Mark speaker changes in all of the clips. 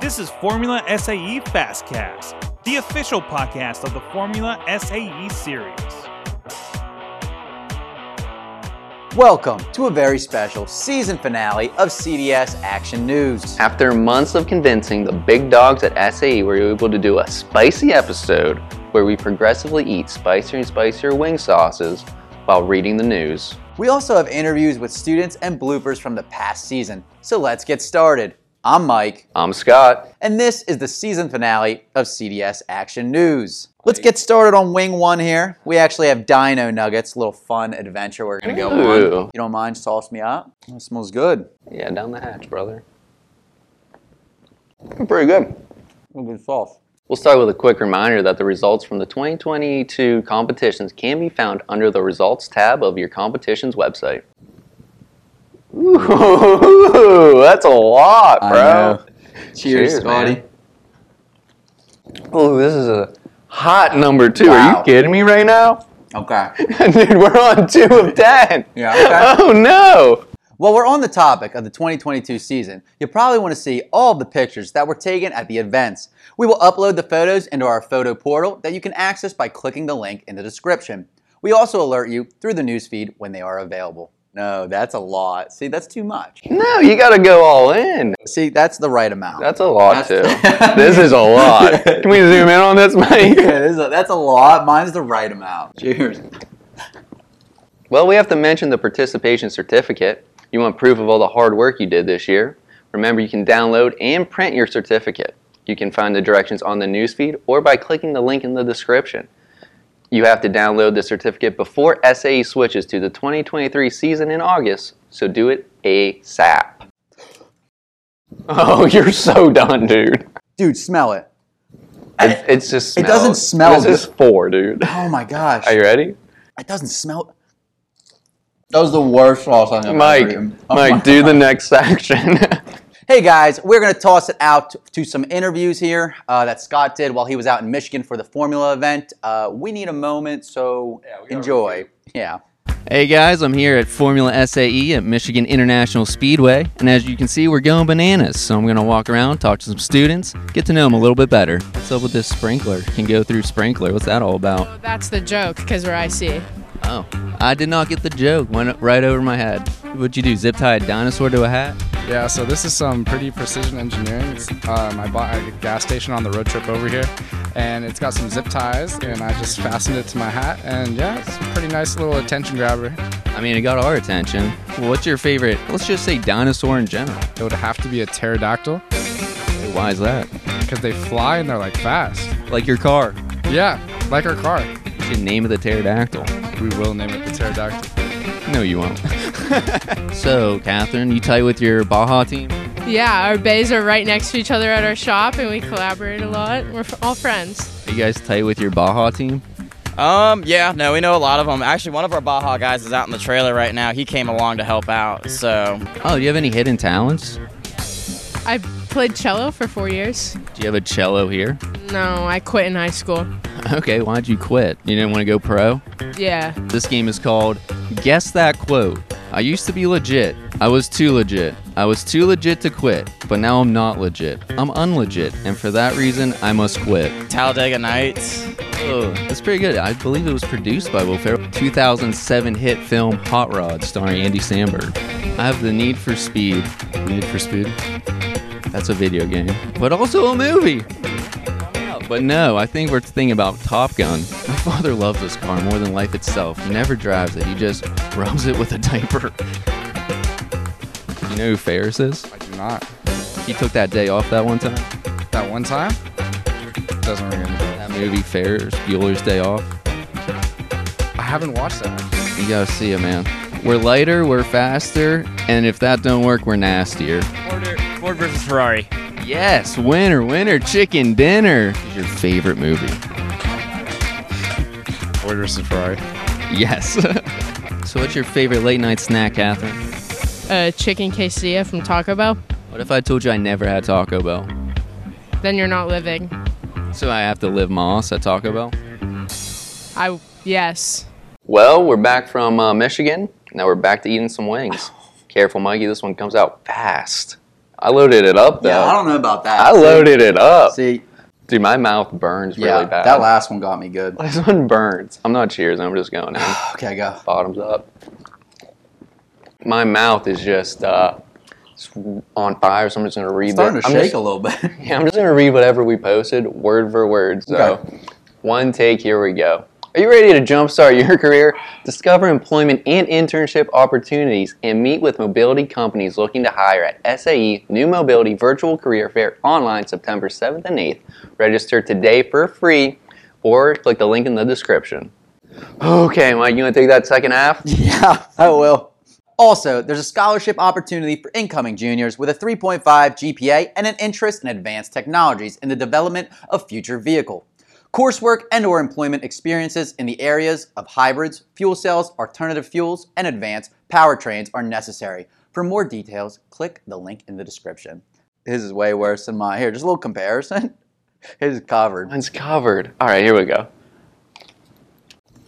Speaker 1: This is Formula SAE Fastcast, the official podcast of the Formula SAE series.
Speaker 2: Welcome to a very special season finale of CDS Action News.
Speaker 3: After months of convincing, the big dogs at SAE were able to do a spicy episode where we progressively eat spicier and spicier wing sauces while reading the news.
Speaker 2: We also have interviews with students and bloopers from the past season. So let's get started. I'm Mike,
Speaker 3: I'm Scott.
Speaker 2: and this is the season finale of CDS Action News. Let's get started on Wing 1 here. We actually have Dino Nuggets, little fun adventure we're going to go on.
Speaker 3: Ooh.
Speaker 2: You don't mind, sauce me up? Oh, it smells good.
Speaker 3: Yeah, down the hatch, brother. Pretty good.
Speaker 2: Oh, Good sauce.
Speaker 3: We'll start with a quick reminder that the results from the 2022 competitions can be found under the results tab of your competition's website. Ooh, that's a lot,
Speaker 2: I
Speaker 3: bro.
Speaker 2: Cheers, Scotty.
Speaker 3: man. Oh, this is a hot number two. Are
Speaker 2: Wow.
Speaker 3: you kidding me right now?
Speaker 2: Okay.
Speaker 3: Dude, we're on two of ten.
Speaker 2: Yeah, okay.
Speaker 3: Oh no.
Speaker 2: While we're on the topic of the 2022 season, you'll probably want to see all of the pictures that were taken at the events. We will upload the photos into our photo portal that you can access by clicking the link in the description. We also alert you through the newsfeed when they are available. No, that's a lot. See, that's too much.
Speaker 3: No, you gotta go all in.
Speaker 2: See, that's the right amount.
Speaker 3: That's a lot too.
Speaker 2: That's-
Speaker 3: this is a lot. Can we zoom in on this, Mike?
Speaker 2: Yeah, this is a- that's a lot. Mine's the right amount. Cheers.
Speaker 3: Well, we have to mention the participation certificate. You want proof of all the hard work you did this year. Remember, you can download and print your certificate. You can find the directions on the newsfeed or by clicking the link in the description. You have to download the certificate before SAE switches to the 2023 season in August, so do it ASAP. Oh, you're so done, dude.
Speaker 2: Dude, smell it.
Speaker 3: It, it's just
Speaker 2: It doesn't
Speaker 3: smell.
Speaker 2: smell
Speaker 3: This is four, dude.
Speaker 2: Oh my gosh.
Speaker 3: Are you ready?
Speaker 2: It doesn't smell. That was the worst sauce I've ever
Speaker 3: Mike,
Speaker 2: eaten. Oh my
Speaker 3: Mike, do the next section.
Speaker 2: Hey guys, we're gonna toss it out to some interviews here uh, that Scott did while he was out in Michigan for the Formula event. Uh, we need a moment, so enjoy. Yeah.
Speaker 3: Hey guys, I'm here at Formula SAE at Michigan International Speedway, and as you can see, we're going bananas. So I'm gonna walk around, talk to some students, get to know them a little bit better. What's up with this sprinkler? Can go through sprinkler. What's that all about?
Speaker 4: Oh, that's the joke, because we're IC.
Speaker 3: Oh, I did not get the joke. Went right over my head. What'd you do? Zip tie a dinosaur to a hat?
Speaker 5: Yeah, so this is some pretty precision engineering. Um, I bought at a gas station on the road trip over here, and it's got some zip ties, and I just fastened it to my hat, and yeah, it's a pretty nice little attention grabber.
Speaker 3: I mean, it got our attention. What's your favorite? Let's just say dinosaur in general.
Speaker 5: It would have to be a pterodactyl
Speaker 3: Why is that?
Speaker 5: because they fly and they're like fast.
Speaker 3: Like your car.
Speaker 5: Yeah, like our car.
Speaker 3: You should name it the pterodactyl.
Speaker 5: We will name it the pterodactyl.
Speaker 3: No, you won't. so, Catherine, you tight with your Baja team?
Speaker 4: Yeah, our bays are right next to each other at our shop, and we collaborate a lot. We're f- all friends.
Speaker 3: Are you guys tight with your Baja team?
Speaker 6: Um, yeah, no, we know a lot of them. Actually, one of our Baja guys is out in the trailer right now. He came along to help out, so.
Speaker 3: Oh, do you have any hidden talents?
Speaker 4: I played cello for four years.
Speaker 3: Do you have a cello here?
Speaker 4: No, I quit in high school.
Speaker 3: Okay, why'd you quit? You didn't want to go pro?
Speaker 4: Yeah.
Speaker 3: This game is called Guess That Quote. I used to be legit. I was too legit. I was too legit to quit, but now I'm not legit. I'm unlegit, and for that reason, I must quit.
Speaker 6: Talladega Nights.
Speaker 3: Oh, that's pretty good. I believe it was produced by Will Ferrell. 2007 hit film Hot Rod, starring Andy Samberg. I have the Need for Speed.
Speaker 5: Need for Speed.
Speaker 3: That's a video game, but also a movie. But no, I think we're thinking about Top Gun. My father loves this car more than life itself. He never drives it. He just rubs it with a diaper. You know who Ferris is?
Speaker 5: I do not.
Speaker 3: He took that day off that one time.
Speaker 5: That one time doesn't ring any bell.
Speaker 3: That movie Ferris Bueller's Day Off.
Speaker 5: I haven't watched that.
Speaker 3: You gotta see it, man. We're lighter, we're faster, and if that don't work, we're nastier.
Speaker 6: Ford, versus Ferrari.
Speaker 3: Yes, winner, winner, chicken dinner. Is your favorite movie?
Speaker 5: Ford versus Ferrari.
Speaker 3: Yes. so, what's your favorite late night snack, Catherine?
Speaker 4: Uh, chicken quesadilla from Taco Bell.
Speaker 3: What if I told you I never had Taco Bell?
Speaker 4: Then you're not living.
Speaker 3: So I have to live moss at Taco Bell?
Speaker 4: I, yes.
Speaker 3: Well, we're back from Oh. uh, Michigan. Now we're back to eating some wings. Careful, Mikey, this one comes out fast. I loaded it up though.
Speaker 2: Yeah, I don't know about that.
Speaker 3: I loaded it up.
Speaker 2: See,
Speaker 3: Dude, my mouth burns
Speaker 2: yeah,
Speaker 3: really bad.
Speaker 2: that last one got me good.
Speaker 3: This one burns. I'm not cheers. I'm just going in.
Speaker 2: Okay, go.
Speaker 3: Bottoms up. My mouth is just uh, it's on fire, so I'm just gonna read.
Speaker 2: Starting to
Speaker 3: the- I'm
Speaker 2: shake
Speaker 3: just-
Speaker 2: a little bit.
Speaker 3: Yeah, I'm just gonna read whatever we posted, word for word. So,
Speaker 2: Okay.
Speaker 3: one take. Here we go. Are you ready to jumpstart your career? Discover employment and internship opportunities and meet with mobility companies looking to hire at SAE New Mobility Virtual Career Fair online September 7th and 8th. Register today for free or click the link in the description. Okay, Mike, you want to take that second half?
Speaker 2: Yeah, I will. Also, there's a scholarship opportunity for incoming juniors with a 3.5 GPA and an interest in advanced technologies in the development of future vehicle. Coursework and or employment experiences in the areas of hybrids, fuel cells, alternative fuels, and advanced powertrains are necessary. For more details, click the link in the description. His is way worse than mine. Here, just a little comparison. His is covered.
Speaker 3: Mine's covered. All right, here we go.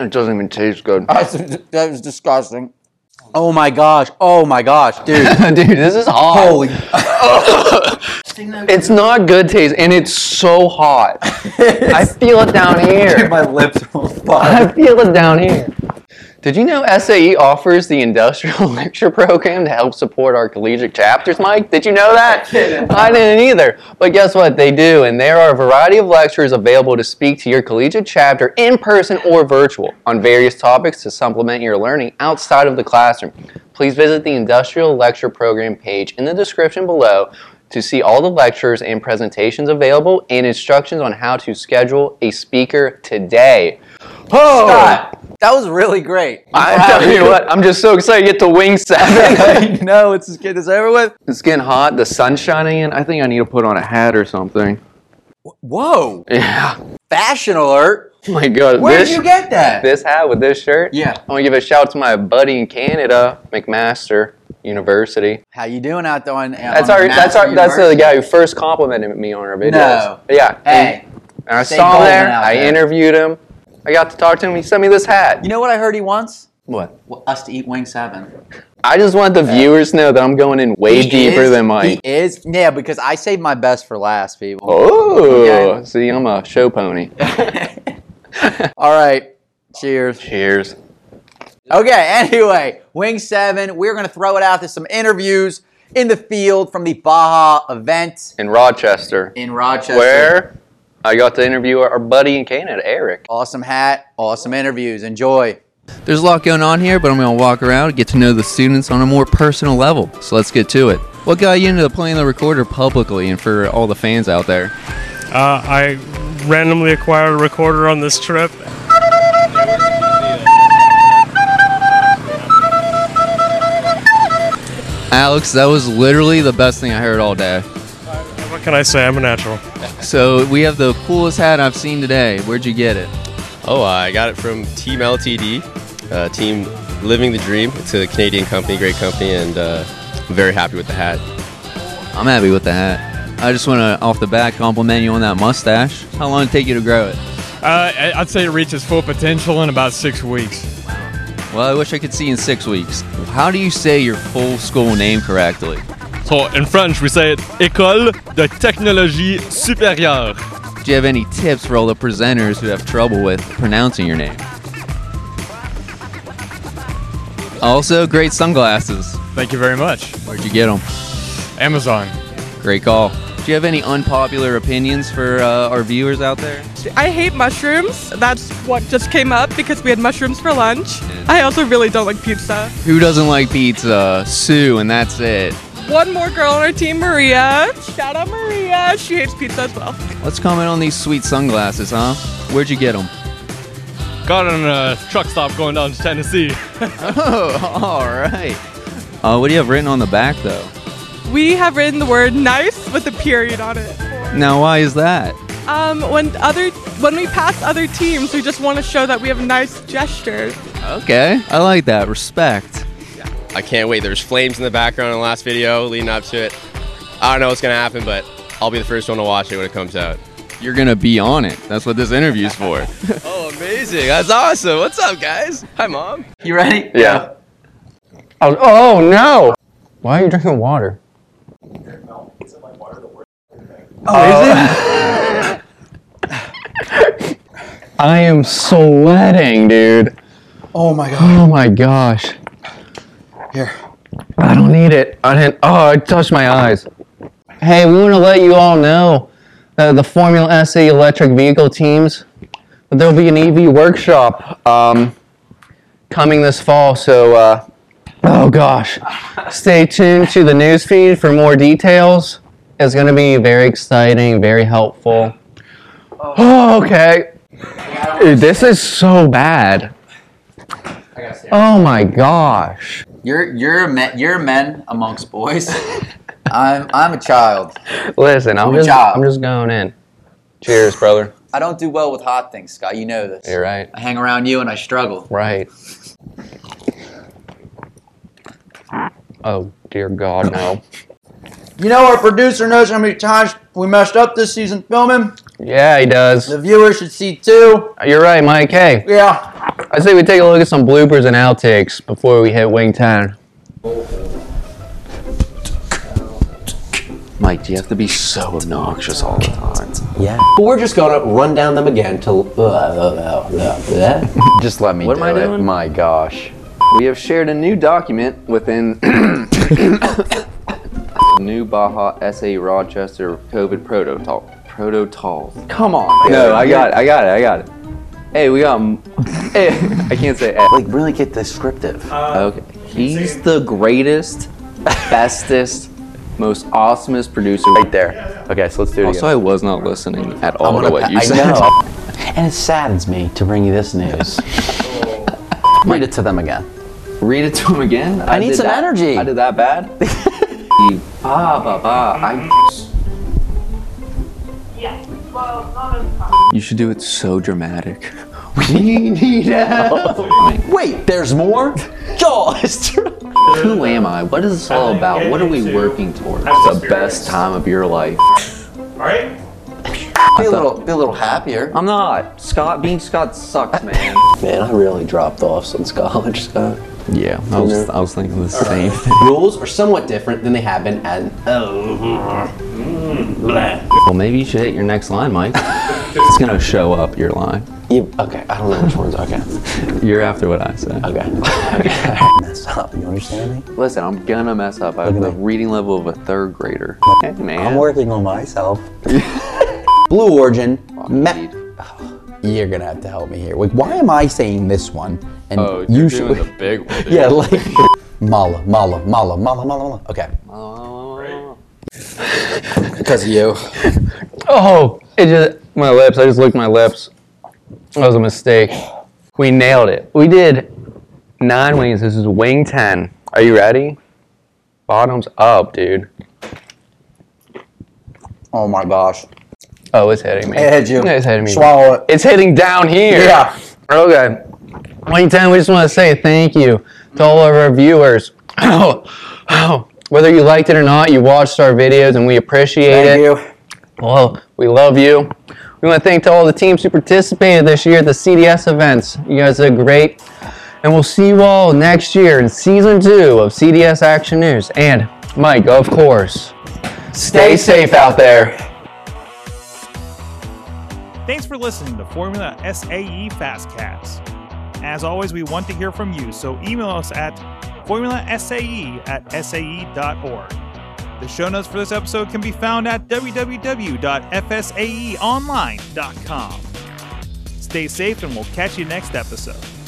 Speaker 3: It doesn't even taste good.
Speaker 2: that was disgusting. Oh my gosh. Oh my gosh, dude.
Speaker 3: Dude, this is hot.
Speaker 2: Holy.
Speaker 3: It's not good taste, and it's so hot. I feel it down here.
Speaker 2: my lips are on
Speaker 3: I
Speaker 2: fire.
Speaker 3: feel it down here. Did you know SAE offers the industrial lecture program to help support our collegiate chapters, Mike? Did you know that? I didn't either. But guess what? They do, and there are a variety of lectures available to speak to your collegiate chapter in person or virtual on various topics to supplement your learning outside of the classroom. Please visit the industrial lecture program page in the description below to see all the lectures and presentations available and instructions on how to schedule a speaker today. Oh!
Speaker 2: Scott, that was really great.
Speaker 3: I tell you what, I'm just so excited to get to wing seven.
Speaker 2: I know, let's just get this over with.
Speaker 3: it's getting hot. The sun's shining in. I think I need to put on a hat or something.
Speaker 2: Whoa,
Speaker 3: Yeah.
Speaker 2: fashion alert.
Speaker 3: Oh my God.
Speaker 2: Where
Speaker 3: this,
Speaker 2: did you get that?
Speaker 3: this hat with this shirt?
Speaker 2: Yeah.
Speaker 3: I want to give a shout out to my buddy in Canada, McMaster University.
Speaker 2: How you doing out there on,
Speaker 3: That's
Speaker 2: on
Speaker 3: our. That's our.
Speaker 2: Master
Speaker 3: That's the
Speaker 2: Oh, University?
Speaker 3: guy who first complimented me on our videos.
Speaker 2: No.
Speaker 3: Yeah.
Speaker 2: Hey,
Speaker 3: And I
Speaker 2: stay
Speaker 3: saw him
Speaker 2: golden
Speaker 3: there.
Speaker 2: out
Speaker 3: I
Speaker 2: there.
Speaker 3: interviewed him. I got to talk to him. He sent me this hat.
Speaker 2: you know what I heard he wants?
Speaker 3: What?
Speaker 2: Well, us to eat Wing 7.
Speaker 3: I just want the viewers to know that I'm going in way
Speaker 2: He
Speaker 3: deeper
Speaker 2: is-
Speaker 3: than Mike.
Speaker 2: He is? Yeah, because I saved my best for last, people.
Speaker 3: Oh,
Speaker 2: Okay.
Speaker 3: see, I'm a show pony.
Speaker 2: All right, cheers.
Speaker 3: Cheers.
Speaker 2: Okay, anyway, Wing 7, we're going to throw it out to some interviews in the field from the Baja event
Speaker 3: In Rochester,
Speaker 2: in Rochester.
Speaker 3: where I got to interview our buddy in Canada, Eric.
Speaker 2: Awesome hat, awesome interviews. Enjoy.
Speaker 7: There's a lot going on here, but I'm going to walk around and get to know the students on a more personal level. So let's get to it. What got you into playing the recorder publicly and for all the fans out there?
Speaker 8: Uh, I randomly acquired a recorder on this trip.
Speaker 7: Alex, that was literally the best thing I heard all day.
Speaker 8: What can I say? I'm a natural.
Speaker 7: So we have the coolest hat I've seen today. Where'd you get it?
Speaker 9: Oh, I got it from Team LTD, uh, Team Living the Dream. It's a Canadian company, great company, and uh, I'm very happy with the hat.
Speaker 7: I'm happy with the hat. I just want to, off the bat, compliment you on that mustache. How long did it take you to grow it?
Speaker 10: Uh, I- I'd say it reaches full potential in about six weeks.
Speaker 7: Well, I wish I could see you in six weeks. How do you say your full school name correctly?
Speaker 10: So in French, we say it, École de Technologie Supérieure.
Speaker 7: Do you have any tips for all the presenters who have trouble with pronouncing your name? Also, great sunglasses.
Speaker 10: Thank you very much.
Speaker 7: Where'd you get them?
Speaker 10: Amazon.
Speaker 7: Great call. Do you have any unpopular opinions for uh, our viewers out there?
Speaker 11: I hate mushrooms. That's what just came up because we had mushrooms for lunch. I also really don't like pizza.
Speaker 7: Who doesn't like pizza? Sue, and that's it.
Speaker 11: One more girl on our team, Maria. Shout out Maria. She hates pizza as well.
Speaker 7: Let's comment on these sweet sunglasses, huh? Where'd you get them?
Speaker 10: Got on a truck stop going down to Tennessee.
Speaker 7: Oh, all right. Uh, what do you have written on the back, though?
Speaker 11: We have written the word nice with a period on it.
Speaker 7: Now, why is that?
Speaker 11: Um, when other when we pass other teams, we just want to show that we have nice gestures.
Speaker 7: Okay, I like that. Respect.
Speaker 9: I can't wait. There's flames in the background in the last video leading up to it. I don't know what's going to happen, but I'll be the first one to watch it when it comes out.
Speaker 7: You're gonna be on it. That's what this interview's for.
Speaker 9: Oh, amazing. That's awesome. What's up, guys? Hi, Mom.
Speaker 2: You ready?
Speaker 3: Yeah. Oh, oh no! Why are you drinking water?
Speaker 7: I am sweating, dude.
Speaker 2: Oh my god.
Speaker 7: Oh my gosh.
Speaker 2: Here.
Speaker 7: I don't need it. I didn't. Oh, it touched my eyes. Hey, we want to let you all know that the Formula SE electric vehicle teams, there'll be an EV workshop um, coming this fall. So, uh, oh gosh, stay tuned to the news feed for more details. It's going to be very exciting, very helpful. Oh, okay. Dude, this is so bad. Oh my gosh.
Speaker 2: You're you're men, you're men amongst boys. I'm I'm a child.
Speaker 7: Listen, I'm
Speaker 2: Good
Speaker 7: just,
Speaker 2: job.
Speaker 7: I'm just going in. Cheers, brother.
Speaker 2: I don't do well with hot things, Scott. You know this.
Speaker 7: You're right.
Speaker 2: I hang around you and I struggle.
Speaker 7: Right. Oh dear God, no.
Speaker 2: You know our producer knows how many times we messed up this season filming.
Speaker 7: Yeah, he does.
Speaker 2: The viewers should see too.
Speaker 7: You're right, Mike. Hey,
Speaker 2: Yeah.
Speaker 7: I say we take a look at some bloopers and outtakes before we hit Wing Town.
Speaker 12: Mike, do you have to be so obnoxious all the time? Yeah. But we're just gonna run down them again till.
Speaker 3: Just let me. What am I doing?
Speaker 12: My gosh.
Speaker 3: We have shared a new document within New Baja SA Rochester COVID protocol. Protocol.
Speaker 12: Come on.
Speaker 3: No, I got it. I got it. I got it. Hey, we got. m- Hey, I can't say. Like,
Speaker 12: really get descriptive.
Speaker 3: okay. He's the greatest, bestest, most awesomest producer right there.
Speaker 12: Okay, so let's do it
Speaker 3: Also,
Speaker 12: again.
Speaker 3: I was not listening at
Speaker 12: I'm
Speaker 3: all to
Speaker 12: gonna
Speaker 3: what
Speaker 12: pa-
Speaker 3: you
Speaker 12: I
Speaker 3: said.
Speaker 12: know. And it saddens me to bring you this news. Read it to them again.
Speaker 3: Read it to him again.
Speaker 12: I need
Speaker 3: did
Speaker 12: some
Speaker 3: that-
Speaker 12: energy.
Speaker 3: I did that bad. You- bah bah bah. I. You should do it so dramatic.
Speaker 12: We need help. Wait, there's more? Joel, it's true.
Speaker 3: Who am I? What is this all about? What are we working towards? The best time of your life.
Speaker 2: Alright. Be a little be a little happier.
Speaker 3: I'm not. Scott being Scott sucks, man.
Speaker 12: Man, I really dropped off since college, Scott.
Speaker 3: Yeah,
Speaker 12: I was-
Speaker 3: I was thinking the
Speaker 12: same thing. Rules are somewhat different than they have been at. Oh.
Speaker 3: Well, maybe you should hit your next line, Mike. it's gonna show up your line.
Speaker 12: You, okay, I don't know which one's okay.
Speaker 3: You're after what I say.
Speaker 12: Okay. Mess up, you understand me?
Speaker 3: Listen, I'm gonna mess up. I have the reading level of a third grader. Hey, man.
Speaker 12: I'm working on myself. Blue Origin, me- you're gonna have to help me here. Like, why am I saying this one? And
Speaker 3: Oh,
Speaker 12: you
Speaker 3: you're
Speaker 12: should.
Speaker 3: doing the big one, dude.
Speaker 12: yeah, like Mala, Mala, Mala, Mala, Mala, Mala. Okay. Because of you.
Speaker 7: Oh, it just my lips. I just licked my lips. That was a mistake. We nailed it. We did nine wings. This is wing ten. Are you ready? Bottoms up, dude.
Speaker 2: Oh my gosh.
Speaker 7: Oh, it's hitting me.
Speaker 2: It hit you.
Speaker 7: It's hitting me.
Speaker 2: Swallow it.
Speaker 7: It's hitting down here.
Speaker 2: Yeah.
Speaker 7: Okay. Wing ten. We just want to say thank you to all of our viewers. Whether you liked it or not, you watched our videos, and we appreciate it.
Speaker 2: Thank you.
Speaker 7: Well, we love you. We want to thank to all the teams who participated this year at the CDS events. You guys did great. And we'll see you all next year in season two of CDS Action News. And Mike, of course, stay safe out there.
Speaker 1: Thanks for listening to Formula SAE Fastcast. As always, we want to hear from you, so email us at formulasae E at sae.org. The show notes for this episode can be found at E www.fsaeonline.com. Stay safe, and we'll catch you next episode.